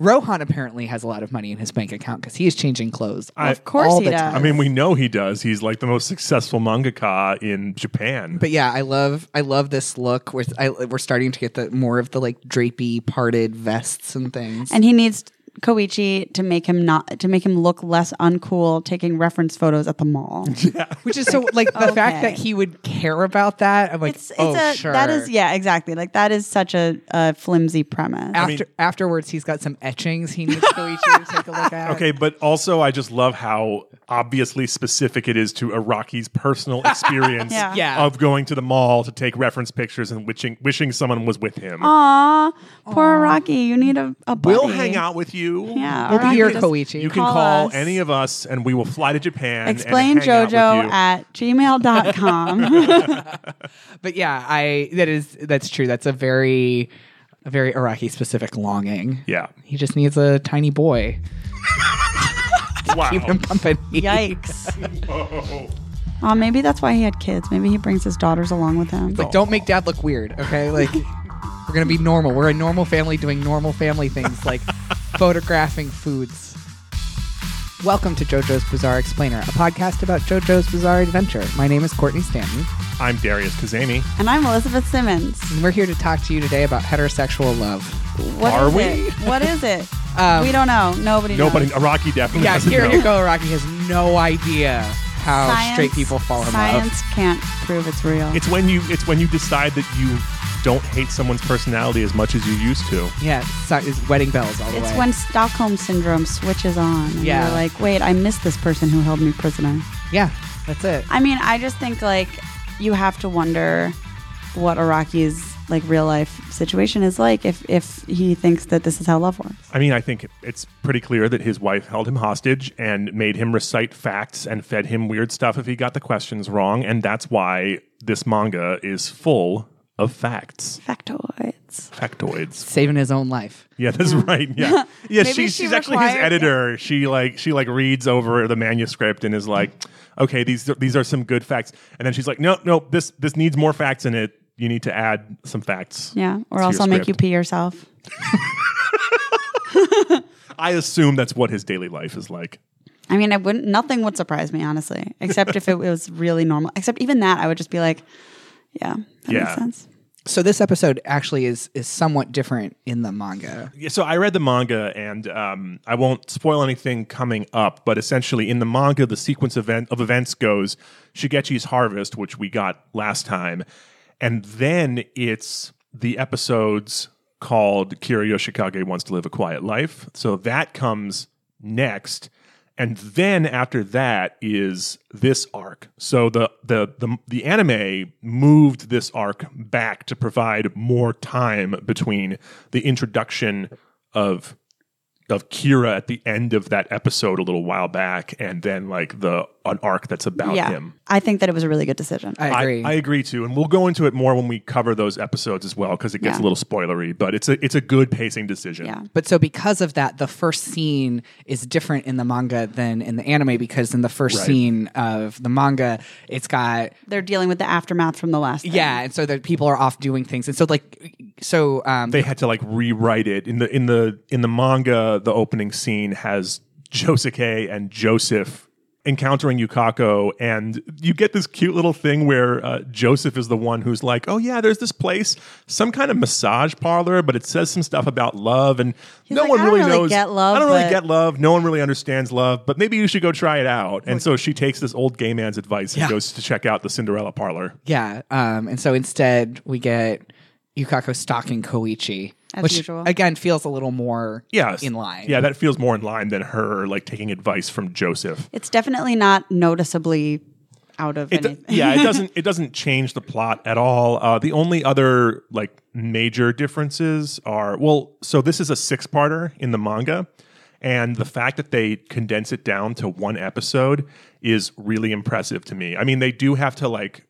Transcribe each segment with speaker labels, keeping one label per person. Speaker 1: Rohan apparently has a lot of money in his bank account because he is changing clothes.
Speaker 2: I-
Speaker 1: of course
Speaker 3: all
Speaker 1: he
Speaker 3: the
Speaker 1: does.
Speaker 3: time.
Speaker 2: I mean, we know he does. He's like the most successful mangaka in Japan.
Speaker 1: But yeah, I love I love this look. We're I, we're starting to get the more of the like drapey parted vests and things.
Speaker 3: And he needs Koichi to make him not to make him look less uncool taking reference photos at the mall.
Speaker 1: which is so like the fact
Speaker 3: Okay.
Speaker 1: that he would care about that. I'm like,
Speaker 3: It's, it's
Speaker 1: oh
Speaker 3: a
Speaker 1: sure.
Speaker 3: that is yeah exactly like that is such a, a flimsy premise.
Speaker 1: After
Speaker 2: mean-
Speaker 1: afterwards, he's got some etchings he needs Koichi to take a look at.
Speaker 2: Okay, but also I just love how obviously specific it is to Iraqi's personal experience
Speaker 3: Yeah.
Speaker 1: Yeah.
Speaker 2: of going to the mall to take reference pictures and wishing wishing someone was with him.
Speaker 3: Aw, poor Rocky, you need a, a buddy.
Speaker 2: We'll hang out with you.
Speaker 3: Yeah,
Speaker 1: We'll
Speaker 3: or I
Speaker 1: be your
Speaker 3: could just-
Speaker 1: Koichi.
Speaker 2: You can
Speaker 3: Call
Speaker 2: call,
Speaker 3: us.
Speaker 2: any of us and we will fly to Japan. and
Speaker 3: Explain
Speaker 2: hang out with
Speaker 3: Jojo
Speaker 2: you.
Speaker 3: at gmail.com.
Speaker 1: but yeah, I that is that's true. That's a very a very Iraqi specific longing.
Speaker 2: Yeah.
Speaker 1: He just needs a tiny boy. Keep
Speaker 2: Wow.
Speaker 1: him pumping.
Speaker 3: Yikes. Oh, maybe that's why he had kids. Maybe he brings his daughters along with him.
Speaker 1: Like, don't make dad look weird, okay? Like, we're gonna be normal. We're a normal family doing normal family things, like photographing foods. Welcome to JoJo's Bizarre Explainer, a podcast about JoJo's Bizarre Adventure. My name is Courtney Stanton,
Speaker 2: I'm Darius Kazemi.
Speaker 3: And I'm Elizabeth Simmons.
Speaker 1: and we're here to talk to you today about heterosexual love.
Speaker 3: What
Speaker 2: Are
Speaker 3: is
Speaker 2: we?
Speaker 3: it? What is it?
Speaker 1: Um,
Speaker 3: we don't know. Nobody
Speaker 2: Nobody
Speaker 3: knows.
Speaker 2: Iraqi definitely
Speaker 1: Yeah,
Speaker 2: doesn't
Speaker 1: here
Speaker 2: know.
Speaker 1: you go, Rocky has no idea how straight people fall in
Speaker 3: science
Speaker 1: love.
Speaker 3: Science can't prove it's real.
Speaker 2: It's when you it's when you decide that you don't hate someone's personality as much as you used to.
Speaker 1: Yeah, si- it's wedding bells all the
Speaker 3: It's
Speaker 1: way.
Speaker 3: when Stockholm syndrome switches on. And
Speaker 1: Yeah.
Speaker 3: You're like, wait, I missed this person who held me prisoner.
Speaker 1: yeah, that's it.
Speaker 3: I mean, I just think like you have to wonder what Iraqi's like real life situation is like if if he thinks that this is how love works.
Speaker 2: I mean, I think it's pretty clear that his wife held him hostage and made him recite facts and fed him weird stuff if he got the questions wrong, and that's why this manga is full of facts,
Speaker 3: Factoids.
Speaker 2: factoids.
Speaker 1: Saving his own life.
Speaker 2: Yeah, that's right. Yeah, yeah.
Speaker 3: Maybe
Speaker 2: she, she's
Speaker 3: she
Speaker 2: actually his
Speaker 3: required-
Speaker 2: editor. She like she like reads over the manuscript and is like, okay, these these are some good facts, and then she's like, no, no, this this needs more facts in it. You need to add some facts.
Speaker 3: Yeah. Or
Speaker 2: to
Speaker 3: else
Speaker 2: your
Speaker 3: I'll make you
Speaker 2: script."
Speaker 3: pee yourself.
Speaker 2: I assume that's what his daily life is like.
Speaker 3: I mean, I wouldn't. Nothing would surprise me, honestly, except if it was really normal. Except even that, I would just be like, "Yeah, that
Speaker 2: Yeah.
Speaker 3: makes sense."
Speaker 1: So this episode actually is is somewhat different in the manga.
Speaker 2: Yeah, so I read the manga, and um, I won't spoil anything coming up. But essentially, in the manga, the sequence event of events goes Shigechi's harvest, which we got last time, and then it's the episodes called Kira Yoshikage wants to live a quiet life. So that comes next, and then after that is this arc. So the the the, the anime moved this arc back to provide more time between the introduction of of Kira at the end of that episode a little while back, and then like the an arc that's about
Speaker 3: yeah,
Speaker 2: him.
Speaker 3: I think that it was a really good decision.
Speaker 1: I agree.
Speaker 2: I agree too, and we'll go into it more when we cover those episodes as well because it gets
Speaker 3: Yeah.
Speaker 2: a little spoilery. But it's a it's a good pacing decision.
Speaker 3: yeah,
Speaker 1: but so because of that, the first scene is different in the manga than in the anime because in the first
Speaker 2: Right.
Speaker 1: scene of the manga, it's got
Speaker 3: they're dealing with the aftermath from the last. thing.
Speaker 1: yeah, and so that people are off doing things, and so like so um,
Speaker 2: they had to like rewrite it in the in the in the manga the opening scene has josuke and joseph encountering yukako and you get this cute little thing where uh, joseph is the one who's like oh yeah there's this place some kind of massage parlor but it says some stuff about love and no
Speaker 3: like,
Speaker 2: one
Speaker 3: "I don't
Speaker 2: really
Speaker 3: really
Speaker 2: knows
Speaker 3: get love,
Speaker 2: i don't
Speaker 3: but-
Speaker 2: really get love no one really understands love but maybe you should go try it out and so she takes this old gay man's advice and
Speaker 1: Yeah.
Speaker 2: goes to check out the cinderella parlor
Speaker 1: yeah, um, and so instead we get Yukako stalking Koichi,
Speaker 3: As
Speaker 1: which
Speaker 3: usual.
Speaker 1: again feels a little more
Speaker 2: yeah
Speaker 1: in line.
Speaker 2: yeah that feels more in line than her like taking advice from joseph
Speaker 3: it's definitely not noticeably out of
Speaker 2: It do-
Speaker 3: anything.
Speaker 2: yeah, it doesn't it doesn't change the plot at all. Uh, the only other like major differences are well, so this is a six parter in the manga, and the fact that they condense it down to one episode is really impressive to me. I mean, they do have to like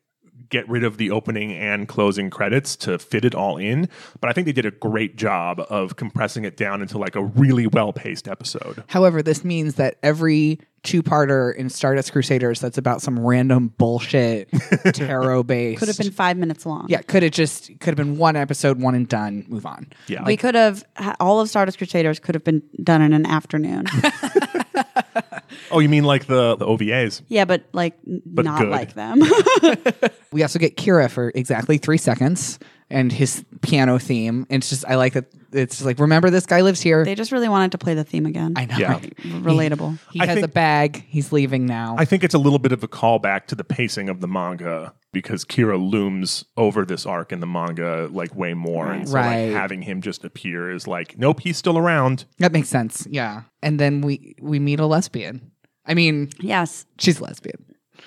Speaker 2: get rid of the opening and closing credits to fit it all in. But I think they did a great job of compressing it down into like a really well paced episode.
Speaker 1: However, this means that every two parter in Stardust Crusaders that's about some random bullshit tarot base
Speaker 3: Could have been five minutes long.
Speaker 1: Yeah, could have just could have been one episode, one and done, move on.
Speaker 2: Yeah.
Speaker 3: We could have, all of Stardust Crusaders could have been done in an afternoon.
Speaker 2: oh, you mean like the, the OVAs?
Speaker 3: yeah, but like n- not
Speaker 2: good.
Speaker 3: like them.
Speaker 1: We also get Kira for exactly three seconds and his piano theme. And it's just I like that it's just like remember this guy lives here.
Speaker 3: they just really wanted to play the theme again.
Speaker 1: I know.
Speaker 2: Yeah.
Speaker 1: right?
Speaker 3: Relatable.
Speaker 1: He
Speaker 2: I
Speaker 1: has
Speaker 2: think-
Speaker 1: a bag. He's leaving now.
Speaker 2: I think it's a little bit of a callback to the pacing of the manga because Kira looms over this arc in the manga like way more. And so
Speaker 1: Right.
Speaker 2: like having him just appear is like, nope, he's still around.
Speaker 1: that makes sense. Yeah. And then we we meet a lesbian. I mean,
Speaker 3: Yes.
Speaker 1: she's a lesbian.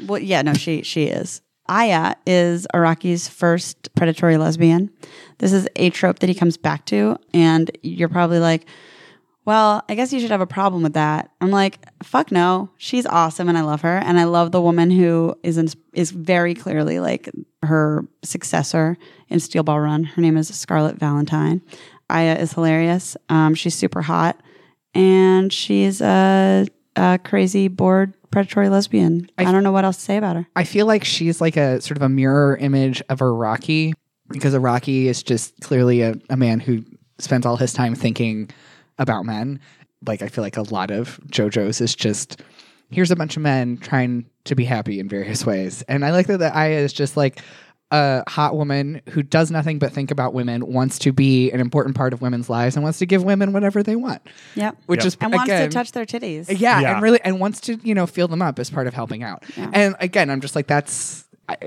Speaker 3: Well, yeah, no, she she is. Aya is Araki's first predatory lesbian. This is a trope that he comes back to, and you're probably like, "Well, I guess you should have a problem with that." I'm like, "Fuck no, she's awesome, and I love her, and I love the woman who is in, is very clearly like her successor in Steel Ball Run. Her name is Scarlett Valentine. Aya is hilarious. Um, she's super hot, and she's a, a crazy, bored, predatory lesbian. I, don't know what else to say about her.
Speaker 1: I feel like she's like a sort of a mirror image of Iraqi because Iraqi is just clearly a, a man who spends all his time thinking about men. Like I feel like a lot of JoJo's is just here's a bunch of men trying to be happy in various ways. And I like that the Aya is just like a hot woman who does nothing but think about women, wants to be an important part of women's lives and wants to give women whatever they want.
Speaker 3: Yep.
Speaker 1: Which
Speaker 2: Yep.
Speaker 1: is
Speaker 3: And wants
Speaker 1: again,
Speaker 3: to touch their titties.
Speaker 1: yeah,
Speaker 2: Yeah.
Speaker 1: and really, and wants to you know feel them up as part of helping out.
Speaker 3: Yeah.
Speaker 1: And again, I'm just like that's. I,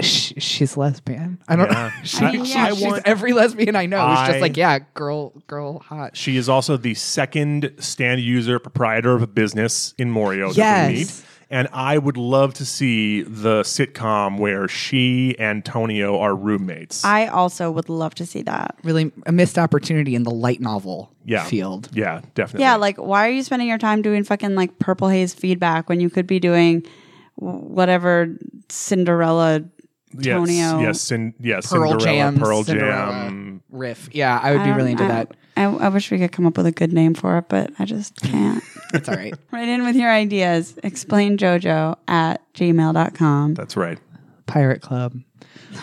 Speaker 1: sh- she's lesbian. I don't.
Speaker 2: Yeah.
Speaker 1: she-
Speaker 2: I-
Speaker 1: she-
Speaker 3: I
Speaker 1: she's
Speaker 2: want-
Speaker 1: every lesbian I know. is
Speaker 2: I-
Speaker 1: just like yeah, girl, girl, hot.
Speaker 2: She is also the second stand user proprietor of a business in Morio that
Speaker 1: Yes.
Speaker 2: we meet. And I would love to see the sitcom where she and Tonio are roommates.
Speaker 3: I also would love to see that.
Speaker 1: Really a missed opportunity in the light novel
Speaker 2: yeah.
Speaker 1: field.
Speaker 2: Yeah, definitely.
Speaker 3: Yeah, like why are you spending your time doing fucking like purple haze feedback when you could be doing whatever Cinderella
Speaker 2: yes,
Speaker 3: Tonio.
Speaker 2: Yes, Cin- yes,
Speaker 1: Pearl
Speaker 2: Cinderella,
Speaker 1: Jam,
Speaker 2: Pearl
Speaker 1: Cinderella.
Speaker 2: Jam.
Speaker 1: Riff. Yeah, I would be
Speaker 3: I
Speaker 1: really into
Speaker 3: don't- I-
Speaker 1: that.
Speaker 3: I, I wish we could come up with a good name for it, but I just can't.
Speaker 1: It's all right.
Speaker 3: Write in with your ideas. Explain JoJo at gmail.com.
Speaker 2: That's right.
Speaker 1: Pirate Club,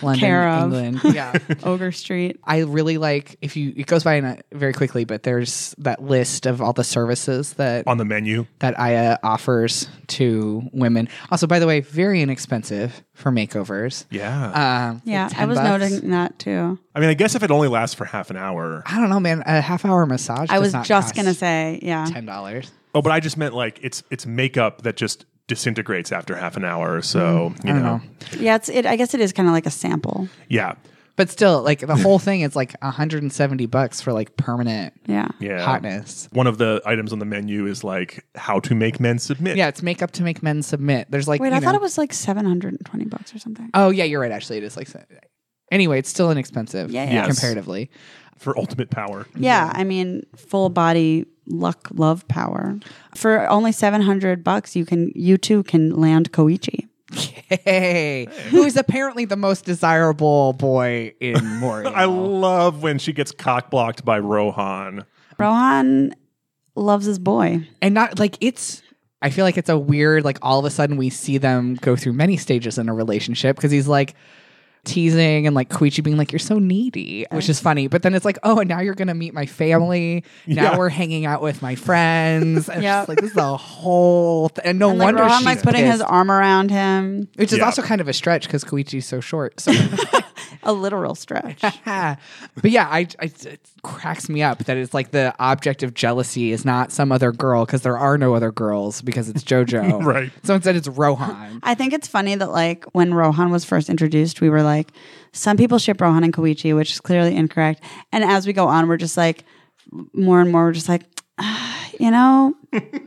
Speaker 1: London,
Speaker 3: Care of.
Speaker 1: England. Yeah.
Speaker 3: Ogre Street.
Speaker 1: I really like if you it goes by in a, very quickly, but there's that list of all the services that
Speaker 2: On the menu.
Speaker 1: that Aya offers to women. Also, by the way, very inexpensive for makeovers.
Speaker 2: Yeah.
Speaker 1: Um,
Speaker 3: Yeah,
Speaker 1: like 10
Speaker 3: I was
Speaker 1: bucks.
Speaker 3: noting that too.
Speaker 2: I mean, I guess if it only lasts for half an hour.
Speaker 1: I don't know, man. A half hour massage.
Speaker 3: I
Speaker 1: does
Speaker 3: was
Speaker 1: not
Speaker 3: just
Speaker 1: cost
Speaker 3: going to say, yeah.
Speaker 1: ten dollars.
Speaker 2: Oh, but I just meant like it's it's makeup that just disintegrates after half an hour. So you know.
Speaker 1: Mm, know.
Speaker 3: Yeah, it's it I guess it is kind of like a sample.
Speaker 2: yeah,
Speaker 1: But still, like the whole thing is like 170 bucks for like permanent
Speaker 3: Yeah.
Speaker 2: yeah.
Speaker 1: hotness.
Speaker 2: One of the items on the menu is like how to make men submit.
Speaker 1: Yeah, it's makeup to make men submit. There's like
Speaker 3: Wait,
Speaker 1: you
Speaker 3: I thought
Speaker 1: know-
Speaker 3: it was like 720 bucks or something.
Speaker 1: Oh yeah, you're right. Actually, it is like. Anyway, it's still inexpensive.
Speaker 3: Yeah, yeah.
Speaker 2: Yes.
Speaker 1: comparatively.
Speaker 2: for ultimate power.
Speaker 3: Yeah,
Speaker 1: Mm-hmm.
Speaker 3: I mean, full body luck, love power. For only 700 bucks, you can you too can land Koichi.
Speaker 1: Hey, who is apparently the most desirable boy in Moria?
Speaker 2: I love when she gets cock blocked by Rohan.
Speaker 3: Rohan loves his boy.
Speaker 1: and not like it's i feel like it's a weird like all of a sudden we see them go through many stages in a relationship because he's like teasing and like Koichi being like you're so needy which is funny but then it's like oh and now you're gonna meet my family now
Speaker 2: Yeah.
Speaker 1: we're hanging out with my friends and it's
Speaker 3: Yep.
Speaker 1: just like this is a whole th- and no
Speaker 3: And like
Speaker 1: wonder
Speaker 3: Rohan
Speaker 1: she's
Speaker 3: like putting his
Speaker 1: pissed.
Speaker 3: arm around him.
Speaker 1: which is
Speaker 2: Yeah.
Speaker 1: also kind of a stretch because Koichi's so short so
Speaker 3: A literal stretch.
Speaker 1: Ah. but yeah, I, I it cracks me up that it's like the object of jealousy is not some other girl because there are no other girls because it's JoJo.
Speaker 2: Right.
Speaker 1: So instead, it's Rohan.
Speaker 3: I think it's funny that like when Rohan was first introduced, we were like, some people ship Rohan and Koichi, which is clearly incorrect. And as we go on, we're just like more and more we're just like, "Ah, you know,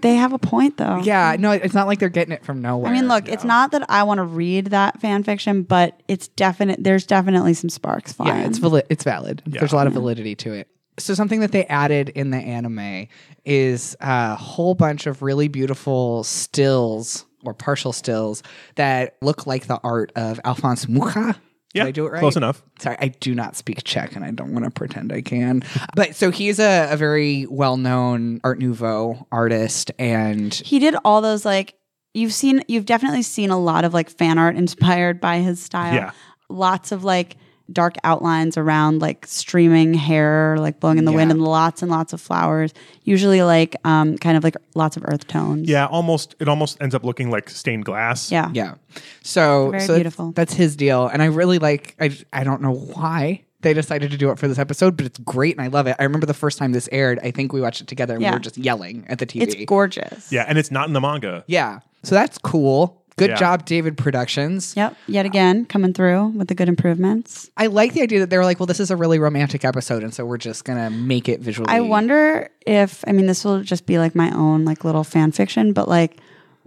Speaker 3: they have a point though.
Speaker 1: yeah, no, it's not like they're getting it from nowhere.
Speaker 3: I mean, look, it's not that I want to read that fan fiction, but it's definite. There's definitely some sparks flying.
Speaker 1: yeah, it's valid. It's valid. There's a lot of validity to it. So something that they added in the anime is a whole bunch of really beautiful stills or partial stills that look like the art of Alphonse Mucha.
Speaker 2: Yeah,
Speaker 1: Did I do it right?
Speaker 2: close enough.
Speaker 1: Sorry, I do not speak Czech and I don't want to pretend I can. But so he's a, a very well known Art Nouveau artist and
Speaker 3: He did all those like you've seen you've definitely seen a lot of like fan art inspired by his style.
Speaker 2: Yeah.
Speaker 3: Lots of like dark outlines around like streaming hair like blowing in the wind
Speaker 1: Yeah.
Speaker 3: and lots and lots of flowers usually like um kind of like lots of earth tones
Speaker 2: Yeah, almost. It almost ends up looking like stained glass.
Speaker 3: yeah
Speaker 1: yeah. So,
Speaker 3: Very
Speaker 1: so that's-
Speaker 3: beautiful.
Speaker 1: That's his deal. And I really like, I, I don't know why they decided to do it for this episode, but it's great and I love it. I remember the first time this aired, I think we watched it together and we
Speaker 3: Yeah.
Speaker 1: were just yelling at the TV.
Speaker 3: it's gorgeous
Speaker 2: Yeah, and it's not in the manga.
Speaker 1: Yeah. So that's cool. Good
Speaker 2: Yeah.
Speaker 1: job, David Productions.
Speaker 3: Yep. Yet again, coming through with the good improvements.
Speaker 1: I like the idea that they were like, well, this is a really romantic episode, and so we're just gonna make it visually.
Speaker 3: I wonder if I mean this will just be like my own like little fan fiction, but like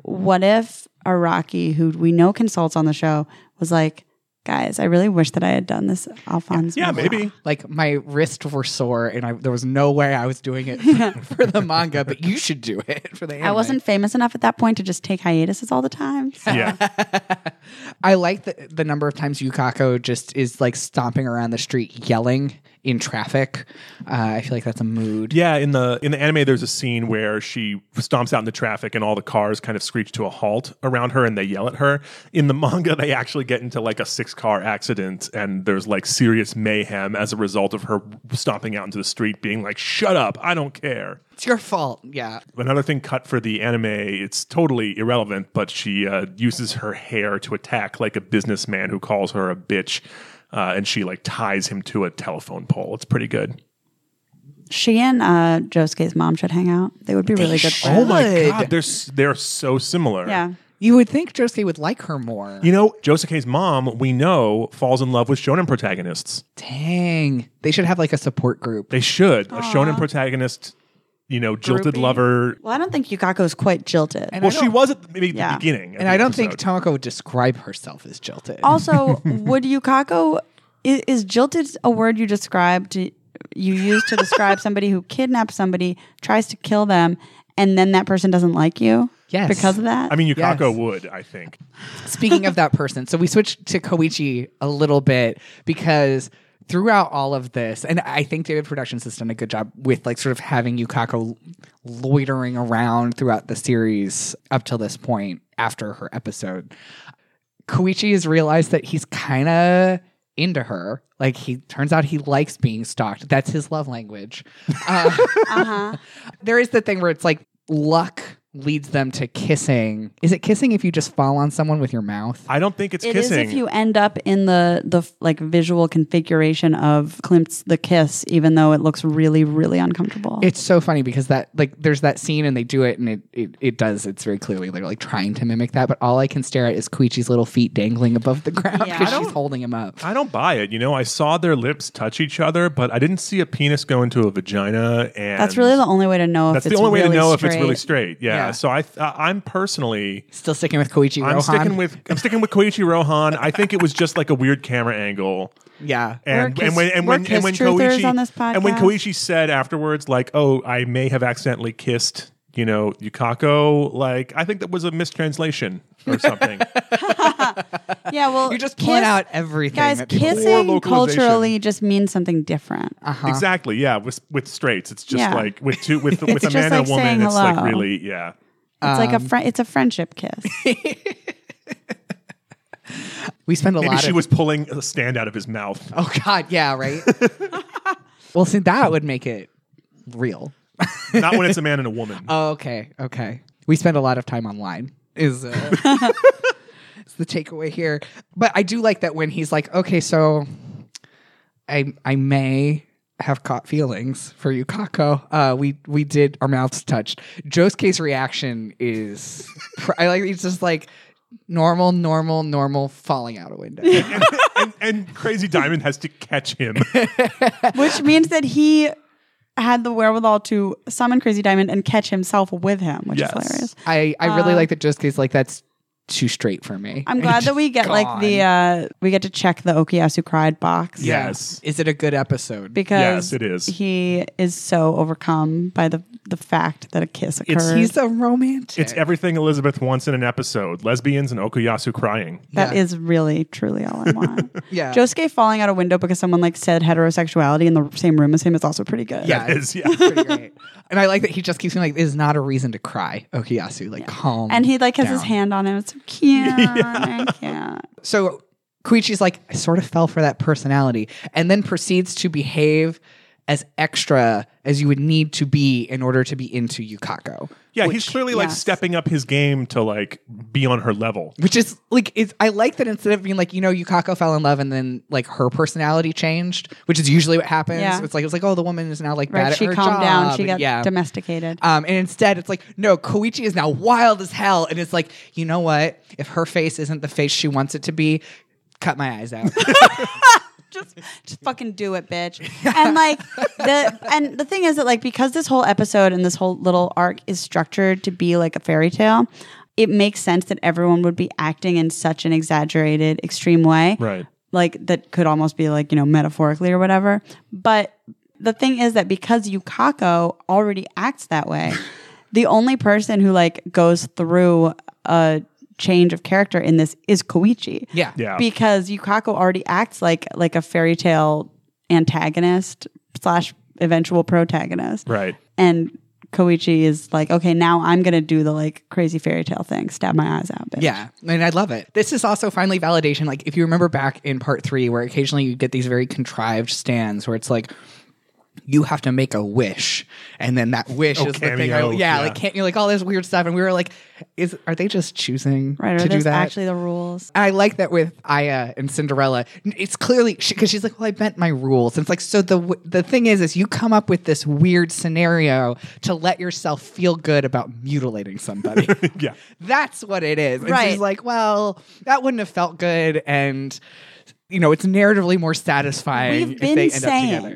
Speaker 3: what if Araki, who we know consults on the show, was like, guys, I really wish that I had done this Alphonse.
Speaker 2: Yeah,
Speaker 3: Mucha."
Speaker 2: maybe.
Speaker 1: Like my wrists were sore, and I, there was no way I was doing it for, for the manga, but you should do it for the. Anime.
Speaker 3: I wasn't famous enough at that point to just take hiatuses all the time. So
Speaker 2: Yeah,
Speaker 1: I like the, the number of times Yukako just is like stomping around the street yelling in traffic. Uh, I feel like that's a mood.
Speaker 2: yeah. In the in the anime, there's a scene where she stomps out in the traffic, and all the cars kind of screech to a halt around her, and they yell at her. In the manga, they actually get into like a six car accident, and there's like serious mayhem as a result of her stomping out into the street, being like, "Shut up! I don't care."
Speaker 1: It's your fault. Yeah.
Speaker 2: Another thing cut for the anime, it's totally irrelevant, but she uh, uses her hair to attack like a businessman who calls her a bitch. Uh, and she like ties him to a telephone pole. It's pretty good.
Speaker 3: she and uh, Josuke's mom should hang out. They would be really good
Speaker 1: should.
Speaker 3: friends.
Speaker 1: Oh my Good. God,
Speaker 2: they're s- they're so similar.
Speaker 3: Yeah.
Speaker 1: You would think Josuke would like her more.
Speaker 2: You know, Josuke's mom, we know, falls in love with shonen protagonists.
Speaker 1: Dang. They should have like a support group.
Speaker 2: They should. A shonen protagonist, you know, jilted
Speaker 1: Groupie.
Speaker 2: lover.
Speaker 3: Well, I don't think Yukako's quite jilted.
Speaker 1: And I
Speaker 2: Well, she
Speaker 1: don't-
Speaker 2: was at the- maybe at
Speaker 3: Yeah.
Speaker 2: the beginning. of
Speaker 1: And
Speaker 2: the
Speaker 1: I don't think
Speaker 2: episode.
Speaker 1: Tomoko would describe herself as jilted.
Speaker 3: Also, would Yukako is, is jilted a word you describe to you use to describe somebody who kidnaps somebody, tries to kill them, and then that person doesn't like you?
Speaker 1: Yes.
Speaker 3: Because of that?
Speaker 2: I mean, Yukako
Speaker 1: Yes.
Speaker 2: would, I think.
Speaker 1: Speaking of that person, so we switched to Koichi a little bit because throughout all of this, and I think David Productions has done a good job with like sort of having Yukako loitering around throughout the series up till this point after her episode. Koichi has realized that he's kind of into her. Like he turns out he likes being stalked. That's his love language. Uh,
Speaker 3: uh-huh.
Speaker 1: there is the thing where it's like luck leads them to kissing. Is it kissing if you just fall on someone with your mouth?
Speaker 2: I don't think it's
Speaker 3: It is
Speaker 2: kissing.
Speaker 3: if you end up in the the like visual configuration of Klimt's the kiss, even though it looks really, really uncomfortable.
Speaker 1: It's so funny because that like there's that scene and they do it and it, it it does it's very clearly they're like trying to mimic that but all I can stare at is Koichi's little feet dangling above the ground
Speaker 3: Yeah.
Speaker 1: because
Speaker 3: I
Speaker 1: she's holding him up.
Speaker 2: I don't buy it. You know, I saw their lips touch each other, but I didn't see a penis go into a vagina. And
Speaker 3: that's really the only way to know
Speaker 2: that's
Speaker 3: if
Speaker 2: the
Speaker 3: it's
Speaker 2: only way to
Speaker 3: really
Speaker 2: know
Speaker 3: straight.
Speaker 2: if it's really straight. Yeah.
Speaker 1: Yeah.
Speaker 2: So I, th- I'm personally,
Speaker 1: Still sticking with Koichi
Speaker 2: I'm
Speaker 1: Rohan.
Speaker 2: sticking with, I'm sticking with Koichi Rohan. I think it was just like a weird camera angle.
Speaker 1: yeah.
Speaker 2: And,
Speaker 3: We're
Speaker 2: and when
Speaker 3: kiss-
Speaker 2: and
Speaker 3: we're
Speaker 2: when and when
Speaker 3: kiss truthers
Speaker 2: Koichi
Speaker 3: on this
Speaker 2: and when
Speaker 3: podcast.
Speaker 2: Koichi said afterwards, like, "Oh, I may have accidentally kissed," you know, Yukako. Like, I think that was a mistranslation or something.
Speaker 3: Uh-huh. Yeah, well
Speaker 1: You just
Speaker 3: kiss-
Speaker 1: point out everything
Speaker 3: Guys,
Speaker 1: that people do.
Speaker 2: Or
Speaker 3: kissing
Speaker 2: localization.
Speaker 3: culturally just means something different.
Speaker 2: Exactly. Yeah. With with straights, it's just
Speaker 3: Yeah.
Speaker 2: like with two with with a
Speaker 3: just
Speaker 2: man and
Speaker 3: like
Speaker 2: a woman.
Speaker 3: saying
Speaker 2: It's like
Speaker 3: hello.
Speaker 2: really yeah.
Speaker 3: It's like a
Speaker 2: Um,
Speaker 3: fri it's a friendship kiss.
Speaker 1: We spend a
Speaker 2: Maybe
Speaker 1: lot
Speaker 2: she
Speaker 1: of
Speaker 2: was pulling a stand out of his mouth.
Speaker 1: Oh god, yeah, right. well, see that would make it real.
Speaker 2: Not when it's a man and a woman.
Speaker 3: Uh-huh.
Speaker 1: Oh, okay, okay. We spend a lot of time online. Is uh, is the takeaway here? But I do like that when he's like, okay, so I I may have caught feelings for you, Kako. Uh, we we did our mouths touched. Josuke's reaction is pr- I like it's just like normal, normal, normal falling out a window.
Speaker 2: and, and, and Crazy Diamond has to catch him.
Speaker 3: Which means that he had the wherewithal to summon Crazy Diamond and catch himself with him, which
Speaker 2: Yes.
Speaker 3: is hilarious.
Speaker 1: I I really like that Josuke's like that's too straight for me.
Speaker 3: I'm glad that we get like the uh we get to check the Okiyasu cried box.
Speaker 2: Yeah. Yes.
Speaker 1: Is it a good episode?
Speaker 3: Because
Speaker 2: Yes, it is.
Speaker 3: he is so overcome by the the fact that a kiss occurred.
Speaker 2: It's-
Speaker 1: He's a romantic.
Speaker 2: It's everything Elizabeth wants in an episode lesbians and Okuyasu crying.
Speaker 3: That
Speaker 1: Yeah.
Speaker 3: is really, truly all I want.
Speaker 1: Yeah.
Speaker 3: Josuke falling out a window because someone like said heterosexuality in the same room as him is also pretty good.
Speaker 1: Yeah.
Speaker 2: That is, yeah.
Speaker 1: pretty great. And I like that he just keeps being like, "This is not a reason to cry, Okuyasu. Like, calm."
Speaker 3: And he like has his
Speaker 1: down.
Speaker 3: hand on him. It's so cute. I can't.
Speaker 1: So Koichi's like, "I sort of fell for that personality," and then proceeds to behave as extra as you would need to be in order to be into Yukako.
Speaker 2: Yeah, he's clearly like
Speaker 3: yes.
Speaker 2: stepping up his game to like be on her level.
Speaker 1: Which is like it's I like that instead of being like, you know, Yukako fell in love and then like her personality changed, which is usually what happens.
Speaker 3: Yeah.
Speaker 1: It's like it's like, oh, the woman is now like bad
Speaker 3: Right.
Speaker 1: at
Speaker 3: She
Speaker 1: her
Speaker 3: calmed down.
Speaker 1: job,
Speaker 3: She
Speaker 1: and
Speaker 3: got
Speaker 1: yeah.
Speaker 3: domesticated.
Speaker 1: Um, and instead, it's like, no, Koichi is now wild as hell. And it's like, you know what? If her face isn't the face she wants it to be, cut my eyes out.
Speaker 3: just just fucking do it, bitch. And like the and the thing is that like because this whole episode and this whole little arc is structured to be like a fairy tale, it makes sense that everyone would be acting in such an exaggerated, extreme way.
Speaker 2: Right.
Speaker 3: Like that could almost be like, you know, metaphorically or whatever. But the thing is that because Yukako already acts that way, the only person who like goes through a change of character in this is Koichi
Speaker 1: yeah.
Speaker 2: Yeah.
Speaker 3: because Yukako already acts like like a fairy tale antagonist slash eventual protagonist,
Speaker 2: right.
Speaker 3: and Koichi is like, okay, now I'm gonna do the like crazy fairy tale thing, stab my eyes out, bitch.
Speaker 1: Yeah. And I love it. This is also finally validation. Like, if you remember back in part three, where occasionally you get these very contrived stands where it's like, you have to make a wish, and then that wish
Speaker 2: Oh,
Speaker 1: is the thing.
Speaker 2: cameo,
Speaker 1: I- yeah,
Speaker 2: yeah.
Speaker 1: like can't you like all this weird stuff? And we were like, is are they just choosing
Speaker 3: right. Are
Speaker 1: to do
Speaker 3: those
Speaker 1: that?
Speaker 3: actually the rules?
Speaker 1: And I like that with Aya and Cinderella. N- It's clearly because she's like, "Well, I bent my rules." And it's like, so the w- the thing is, is you come up with this weird scenario to let yourself feel good about mutilating somebody.
Speaker 2: Yeah.
Speaker 1: That's what it is. And
Speaker 3: Right.
Speaker 1: she's like, "Well, that wouldn't have felt good," and you know, it's narratively more satisfying
Speaker 3: We've
Speaker 1: if
Speaker 3: been
Speaker 1: they end
Speaker 3: saying.
Speaker 1: up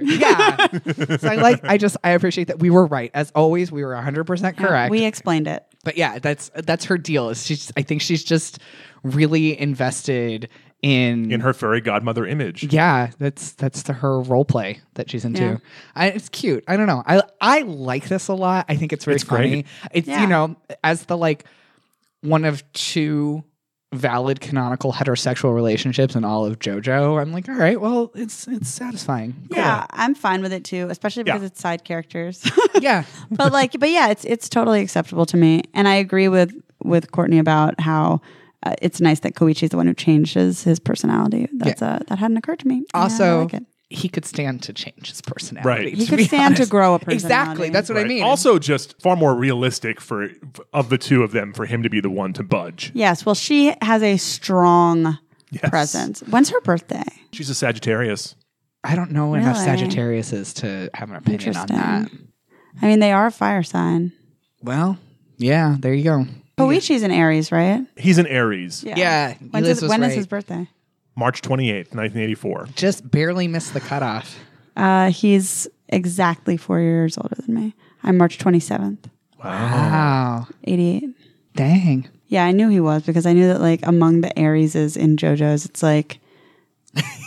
Speaker 1: together. Yeah. so I like. I just I appreciate that we were right as always. We were hundred percent correct
Speaker 3: We explained it.
Speaker 1: but yeah, that's that's her deal. Is she's I think she's just really invested in,
Speaker 2: In her fairy godmother image.
Speaker 1: yeah, that's that's the, her role play that she's into.
Speaker 3: Yeah.
Speaker 1: I, it's cute. I don't know. I I like this a lot. I think it's very
Speaker 2: It's
Speaker 1: funny.
Speaker 2: great.
Speaker 1: It's
Speaker 3: Yeah.
Speaker 1: you know as the like one of two valid canonical heterosexual relationships in all of JoJo. I'm like, all right, well, it's it's satisfying.
Speaker 3: Yeah, I'm fine with it too, especially because
Speaker 2: Yeah.
Speaker 3: it's side characters.
Speaker 1: yeah,
Speaker 3: but like but yeah it's it's totally acceptable to me and i agree with with courtney about how uh, it's nice that koichi's the one who changes his personality that's uh that hadn't occurred to me And I
Speaker 1: Also,
Speaker 3: like it.
Speaker 1: he could stand to change his personality.
Speaker 2: Right.
Speaker 1: to
Speaker 3: he could
Speaker 1: be
Speaker 3: stand to
Speaker 1: honest.
Speaker 3: grow a personality
Speaker 1: Exactly. That's what I
Speaker 2: Right.
Speaker 1: mean.
Speaker 2: Also, just far more realistic for of the two of them for him to be the one to budge.
Speaker 3: yes well she has a strong presence when's her birthday
Speaker 2: She's a Sagittarius.
Speaker 1: I don't know enough
Speaker 3: Really?
Speaker 1: Sagittarius is to have an opinion on that.
Speaker 3: i mean they are a fire sign
Speaker 1: Well, yeah, there you go.
Speaker 3: koichi's an aries right
Speaker 2: He's an Aries.
Speaker 1: Yeah,
Speaker 3: when's
Speaker 1: Ulysses
Speaker 3: his,
Speaker 1: was
Speaker 3: when is
Speaker 1: right.
Speaker 3: his birthday
Speaker 2: March twenty eighth, nineteen eighty four.
Speaker 1: Just barely missed the cutoff.
Speaker 3: uh he's exactly four years older than me i'm march 27th
Speaker 1: Oh, Wow.
Speaker 3: 88
Speaker 1: Dang.
Speaker 3: Yeah, I knew he was because I knew that like among the Arieses in JoJo's, it's like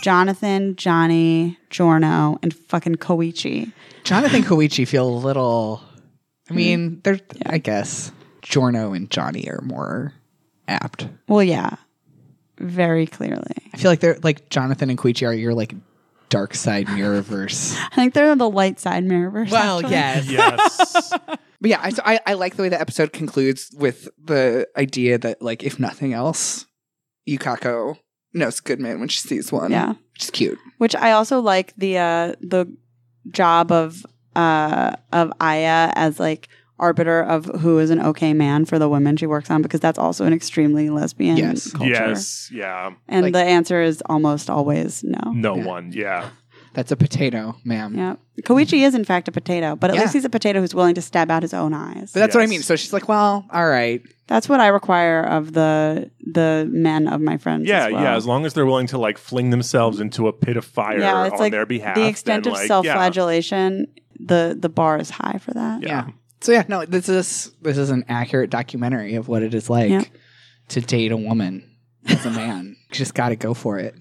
Speaker 3: Jonathan, Johnny, Jorno, and fucking Koichi.
Speaker 1: Jonathan Koichi feel a little I
Speaker 3: Hmm.
Speaker 1: mean, they're I guess Jorno and Johnny are more apt.
Speaker 3: Well, yeah, very clearly.
Speaker 1: I feel like they're like Jonathan and Koichi are your like dark side mirrorverse.
Speaker 3: I think they're the light side mirrorverse. actually.
Speaker 1: yes.
Speaker 2: Yes.
Speaker 1: But yeah, I, so I, I like the way the episode concludes with the idea that, like, if nothing else, Yukako knows Goodman when she sees one.
Speaker 3: Yeah.
Speaker 1: Which is cute.
Speaker 3: Which I also like the uh, the job of uh, of Aya as like arbiter of who is an okay man for the women she works on because that's also an extremely lesbian
Speaker 1: Yes.
Speaker 3: culture.
Speaker 2: yes. Yeah.
Speaker 3: And
Speaker 1: Like-
Speaker 3: the answer is almost always no.
Speaker 2: No one. Yeah.
Speaker 1: That's a potato, ma'am.
Speaker 3: Yeah. Koichi is, in fact, a potato, but at
Speaker 1: Yeah.
Speaker 3: least he's a potato who's willing to stab out his own eyes.
Speaker 1: But that's what I
Speaker 2: Yes.
Speaker 1: mean. So she's like, well, all right.
Speaker 3: That's what I require of the the men of my friends.
Speaker 2: Yeah,
Speaker 3: as well.
Speaker 2: yeah. As long as they're willing to like fling themselves into a pit of fire
Speaker 3: Yeah, it's
Speaker 2: on
Speaker 3: like
Speaker 2: their behalf,
Speaker 3: the extent
Speaker 2: then,
Speaker 3: of
Speaker 2: like, yeah.
Speaker 3: self-flagellation, the the bar is high for that.
Speaker 1: Yeah. So yeah, no, this is this is an accurate documentary of what it is like
Speaker 3: Yeah.
Speaker 1: to date a woman as a man. You just got to go for it.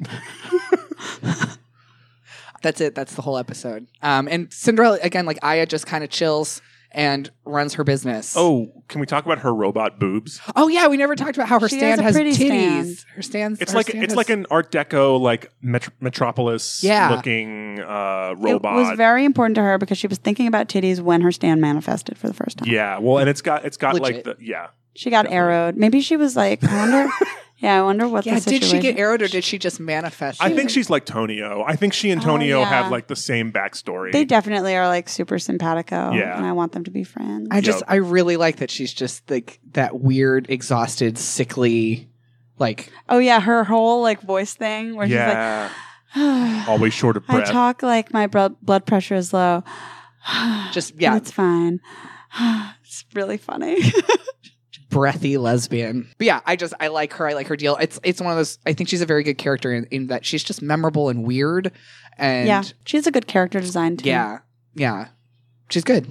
Speaker 1: That's it. That's the whole episode. Um, and Cinderella again, like Aya, just kind of chills and runs her business.
Speaker 2: Oh, can we talk about her robot boobs?
Speaker 1: oh yeah, we never talked about how her
Speaker 3: She has
Speaker 1: stand
Speaker 3: a
Speaker 1: has,
Speaker 3: pretty
Speaker 1: titties.
Speaker 3: stand.
Speaker 1: Her stands.
Speaker 2: It's
Speaker 1: her
Speaker 2: like
Speaker 1: stand
Speaker 2: it's
Speaker 1: has-
Speaker 2: like an Art Deco like met- Metropolis
Speaker 1: Yeah.
Speaker 2: looking uh,
Speaker 3: It was
Speaker 2: robot.
Speaker 3: very important to her because she was thinking about titties when her stand manifested for the first time.
Speaker 2: yeah, well, and it's got it's got like the
Speaker 1: Legit.
Speaker 2: yeah.
Speaker 3: She got arrowed. Maybe she was like, I wonder. yeah, I wonder what.
Speaker 1: Yeah,
Speaker 3: the
Speaker 1: did she get
Speaker 3: situation-
Speaker 1: arrowed or did she just manifest?
Speaker 2: I
Speaker 1: it?
Speaker 2: think she's like Tonio. I think she and Tonio
Speaker 3: Oh, yeah.
Speaker 2: have like the same backstory.
Speaker 3: They definitely are like super simpatico.
Speaker 2: Yeah.
Speaker 3: and I want them to be friends.
Speaker 1: I just
Speaker 2: Yep.
Speaker 1: I really like that she's just like that weird, exhausted, sickly, like
Speaker 3: oh yeah, her whole like voice thing where
Speaker 2: yeah,
Speaker 3: she's like,
Speaker 2: always short of
Speaker 3: I
Speaker 2: breath.
Speaker 3: talk like my bro- blood pressure is low.
Speaker 1: Just- yeah.
Speaker 3: it's fine. it's really funny.
Speaker 1: breathy lesbian. But yeah, I just I like her. I like her deal. It's it's one of those. I think she's a very good character in, in that she's just memorable and weird. And
Speaker 3: yeah, she's a good character design too.
Speaker 1: yeah, yeah. she's good.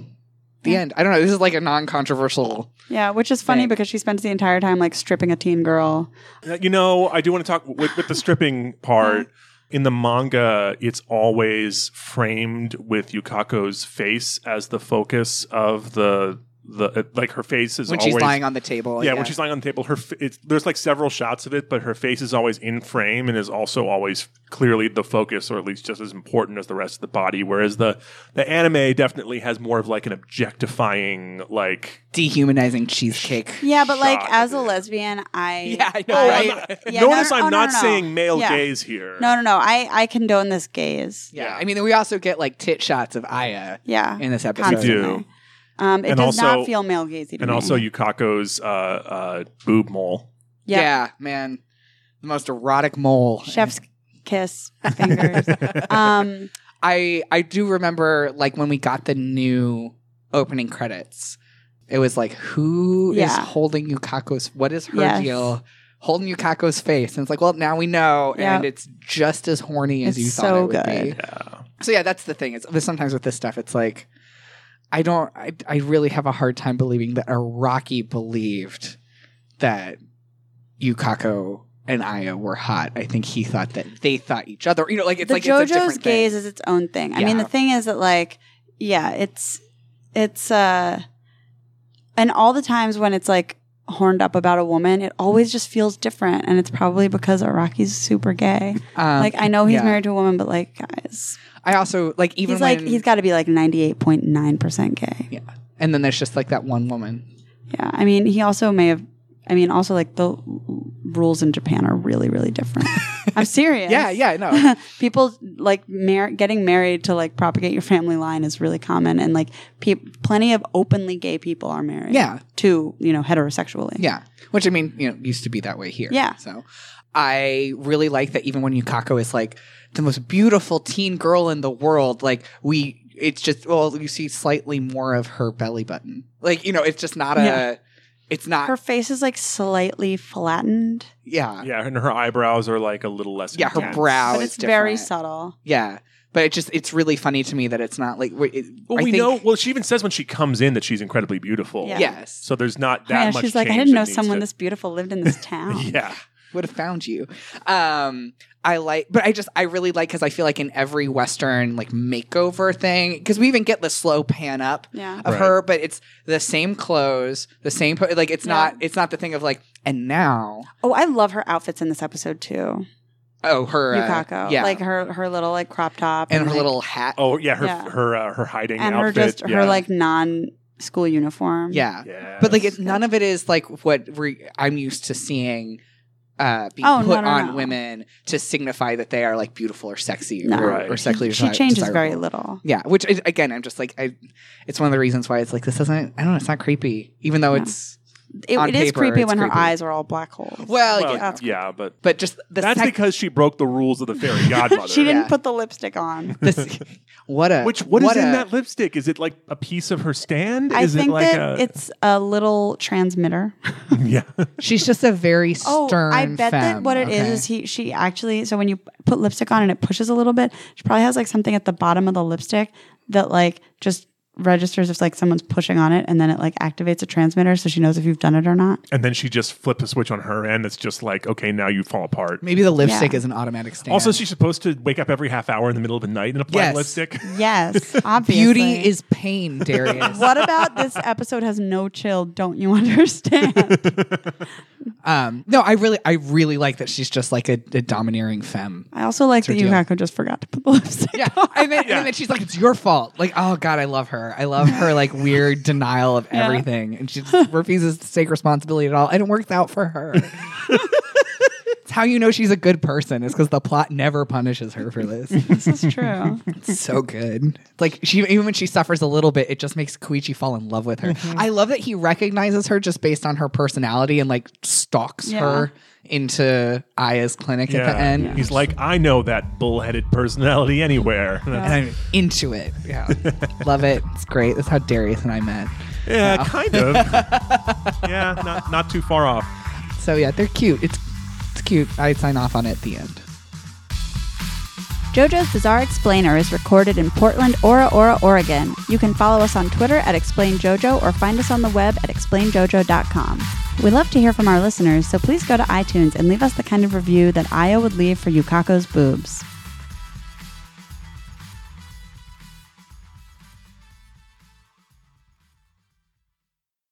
Speaker 1: The
Speaker 3: Yeah.
Speaker 1: end. I don't know. This is like a non-controversial.
Speaker 3: yeah, which is funny
Speaker 1: Thanks.
Speaker 3: because she spends the entire time like stripping a teen girl.
Speaker 2: Uh, You know, I do want to talk with, with the stripping
Speaker 3: Uh-huh.
Speaker 2: part. In the manga, it's always framed with Yukako's face as the focus of the the uh, like her face is
Speaker 1: when
Speaker 2: always
Speaker 1: she's lying on the table.
Speaker 2: yeah, when she's lying on the table, her f- it's, there's like several shots of it, but her face is always in frame and is also always clearly the focus, or at least just as important as the rest of the body. Whereas the the anime definitely has more of like an objectifying, like
Speaker 1: dehumanizing cheesecake.
Speaker 3: Yeah, but like
Speaker 2: Shot
Speaker 3: as a
Speaker 2: of it.
Speaker 3: lesbian, I
Speaker 1: Yeah, I know,
Speaker 3: I-
Speaker 1: right?
Speaker 3: yeah, no,
Speaker 2: notice
Speaker 3: no,
Speaker 2: I'm
Speaker 3: oh, no,
Speaker 2: not
Speaker 3: no, no.
Speaker 2: saying male
Speaker 3: Yeah.
Speaker 2: gaze here.
Speaker 3: No, no, no. I I condone this gaze.
Speaker 1: Yeah,
Speaker 2: Yeah.
Speaker 1: I mean, we also get like tit shots of Aya
Speaker 3: Yeah,
Speaker 1: in this episode.
Speaker 2: We do.
Speaker 3: constantly. Um, it
Speaker 2: And
Speaker 3: does
Speaker 2: also-
Speaker 3: not feel male gazy. To
Speaker 2: and
Speaker 3: me.
Speaker 2: also Yukako's uh, uh, boob mole.
Speaker 1: Yeah.
Speaker 3: Yeah.
Speaker 1: man, the most erotic mole.
Speaker 3: chef's kiss fingers. um,
Speaker 1: I I do remember like when we got the new opening credits, it was like who is
Speaker 3: Yeah.
Speaker 1: holding Yukako's what is her
Speaker 3: Yes.
Speaker 1: deal? Holding Yukako's face. And it's like, well, now we know.
Speaker 3: Yeah.
Speaker 1: And it's just as horny as
Speaker 3: It's
Speaker 1: you thought
Speaker 3: so
Speaker 1: it would be.
Speaker 3: good.
Speaker 2: Yeah.
Speaker 1: So yeah, that's the thing. It's but sometimes with this stuff, it's like I don't I I really have a hard time believing that Iraqi believed that Yukako and Aya were hot. I think he thought that they thought each other. You know, like it's
Speaker 3: the
Speaker 1: like it's a
Speaker 3: JoJo's
Speaker 1: different
Speaker 3: gaze
Speaker 1: thing.
Speaker 3: is its own thing. I mean,
Speaker 1: Yeah.
Speaker 3: the thing is that like, yeah, it's it's uh, and all the times when it's like horned up about a woman, it always just feels different, and it's probably because Araki's super gay.
Speaker 1: Um,
Speaker 3: like, I know he's
Speaker 1: yeah.
Speaker 3: married to a woman, but like, guys,
Speaker 1: I also like even
Speaker 3: he's like
Speaker 1: when
Speaker 3: he's got to be like ninety eight point nine percent gay.
Speaker 1: and then there's just like that one woman.
Speaker 3: Yeah, I mean, he also may have. I mean, also like the l- rules in Japan are really, really different. I'm serious.
Speaker 1: Yeah, yeah, I know.
Speaker 3: people like mar- getting married to like propagate your family line is really common, and like peop plenty of openly gay people are married.
Speaker 1: Yeah.
Speaker 3: to you know heterosexually.
Speaker 1: yeah. Which I mean, you know, used to be that way here.
Speaker 3: Yeah.
Speaker 1: So I really like that even when Yukako is like the most beautiful teen girl in the world, like we it's just well, you see slightly more of her belly button. Like, you know, it's just not a
Speaker 3: Yeah.
Speaker 1: it's not
Speaker 3: her face is like slightly flattened,
Speaker 1: yeah.
Speaker 2: Yeah, and her eyebrows are like a little less.
Speaker 1: Yeah, her
Speaker 2: intense.
Speaker 1: brow
Speaker 3: but
Speaker 1: is
Speaker 3: it's very
Speaker 1: different.
Speaker 3: subtle.
Speaker 1: Yeah. But it just it's really funny to me that it's not like we- it,
Speaker 2: Well,
Speaker 1: I
Speaker 2: we
Speaker 1: think-
Speaker 2: know. Well, she even says when she comes in that she's incredibly beautiful.
Speaker 3: Yeah.
Speaker 1: Yes.
Speaker 2: So there's not that
Speaker 3: Yeah,
Speaker 2: much.
Speaker 3: she's like, I
Speaker 2: change
Speaker 3: didn't
Speaker 2: that
Speaker 3: know
Speaker 2: needs
Speaker 3: someone
Speaker 2: to-
Speaker 3: this beautiful lived in this town.
Speaker 2: Yeah.
Speaker 1: would have found you. Um, I like, but I just, I really like because I feel like in every Western like makeover thing, because we even get the slow pan up
Speaker 3: Yeah.
Speaker 1: of
Speaker 2: Right.
Speaker 1: her, but it's the same clothes, the same, po- like it's
Speaker 3: Yeah.
Speaker 1: not, it's not the thing of like, and now,
Speaker 3: Oh, I love her outfits in this episode too.
Speaker 1: oh, her, uh,
Speaker 3: Yukako,
Speaker 1: yeah,
Speaker 3: like her her little like crop top
Speaker 1: and her
Speaker 3: like-
Speaker 1: little hat,
Speaker 2: Oh yeah, her
Speaker 3: Yeah.
Speaker 2: her uh, her hiding
Speaker 3: and her
Speaker 2: outfit.
Speaker 3: just
Speaker 2: yeah.
Speaker 3: her like non school uniform.
Speaker 1: yeah.
Speaker 2: Yes.
Speaker 1: But like, it's none of it is like what re- I'm used to seeing. Uh, being
Speaker 3: Oh, no,
Speaker 1: put
Speaker 3: no,
Speaker 1: on
Speaker 3: no.
Speaker 1: women to signify that they are like beautiful or sexy
Speaker 3: No.
Speaker 1: or,
Speaker 2: Right.
Speaker 1: or sexually
Speaker 3: she
Speaker 1: desi-
Speaker 3: changes
Speaker 1: desirable.
Speaker 3: very little.
Speaker 1: Yeah, which is, again, I'm just like, I, it's one of the reasons why it's like this doesn't. I don't know. It's not creepy, even though
Speaker 3: No.
Speaker 1: it's
Speaker 3: It,
Speaker 1: On
Speaker 3: it is
Speaker 1: paper,
Speaker 3: creepy
Speaker 1: it's
Speaker 3: when her
Speaker 1: creepy.
Speaker 3: eyes are all black holes.
Speaker 1: well,
Speaker 2: Well,
Speaker 1: yeah.
Speaker 2: yeah, but
Speaker 1: But just the
Speaker 2: that's
Speaker 1: sec-
Speaker 2: because she broke the rules of the fairy godmother.
Speaker 3: she didn't
Speaker 1: Yeah.
Speaker 3: put the lipstick on.
Speaker 1: the se- what a
Speaker 2: Which what is in
Speaker 1: a-
Speaker 2: that lipstick? Is it like a piece of her stand?
Speaker 3: I
Speaker 2: is
Speaker 3: think
Speaker 2: it like
Speaker 3: that
Speaker 2: a
Speaker 3: it's a little transmitter.
Speaker 2: yeah?
Speaker 1: She's just a very stern.
Speaker 3: oh, I bet that
Speaker 1: femme,
Speaker 3: what it is
Speaker 1: okay?
Speaker 3: is he she actually so when you put lipstick on and it pushes a little bit, she probably has like something at the bottom of the lipstick that like just registers if like someone's pushing on it and then it like activates a transmitter so she knows if you've done it or not.
Speaker 2: And then she just flipped a switch on her end. It's just like, okay, now you fall apart.
Speaker 1: Maybe the lipstick
Speaker 3: Yeah.
Speaker 1: is an automatic stand.
Speaker 2: Also, she's supposed to wake up every half hour in the middle of the night and apply
Speaker 1: Yes.
Speaker 2: lipstick.
Speaker 3: Yes, obviously.
Speaker 1: beauty is pain, Darius.
Speaker 3: What about this episode has no chill, don't you understand?
Speaker 1: um, no, I really, I really like that she's just like a, a domineering femme.
Speaker 3: I also like that
Speaker 1: deal.
Speaker 3: Yukako just forgot to put the lipstick
Speaker 1: Yeah,
Speaker 3: on.
Speaker 1: and then, and then she's like, "It's your fault." Like, oh god, I love her. I love her like weird denial of
Speaker 3: Yeah.
Speaker 1: everything, and she just refuses to take responsibility at all. And it works out for her. it's how you know she's a good person is because the plot never punishes her for this.
Speaker 3: This is true.
Speaker 1: It's so good. It's Like she, even when she suffers a little bit, it just makes Koichi fall in love with her. I love that he recognizes her just based on her personality and like stalks
Speaker 3: Yeah.
Speaker 1: her into Aya's clinic at the end.
Speaker 2: He's like, I know that bullheaded personality anywhere.
Speaker 1: And I'm into it. Yeah, love it. It's great. That's how Darius and I met.
Speaker 2: yeah, kind of. yeah, not, not too far off.
Speaker 1: So yeah, they're cute. It's it's cute. I sign off on it at the end.
Speaker 3: JoJo's Bizarre Explainer is recorded in Portland, Ora Ora, Oregon. You can follow us on Twitter at ExplainJojo or find us on the web at explainjojo.com. We love to hear from our listeners, so please go to iTunes and leave us the kind of review that Aya would leave for Yukako's boobs.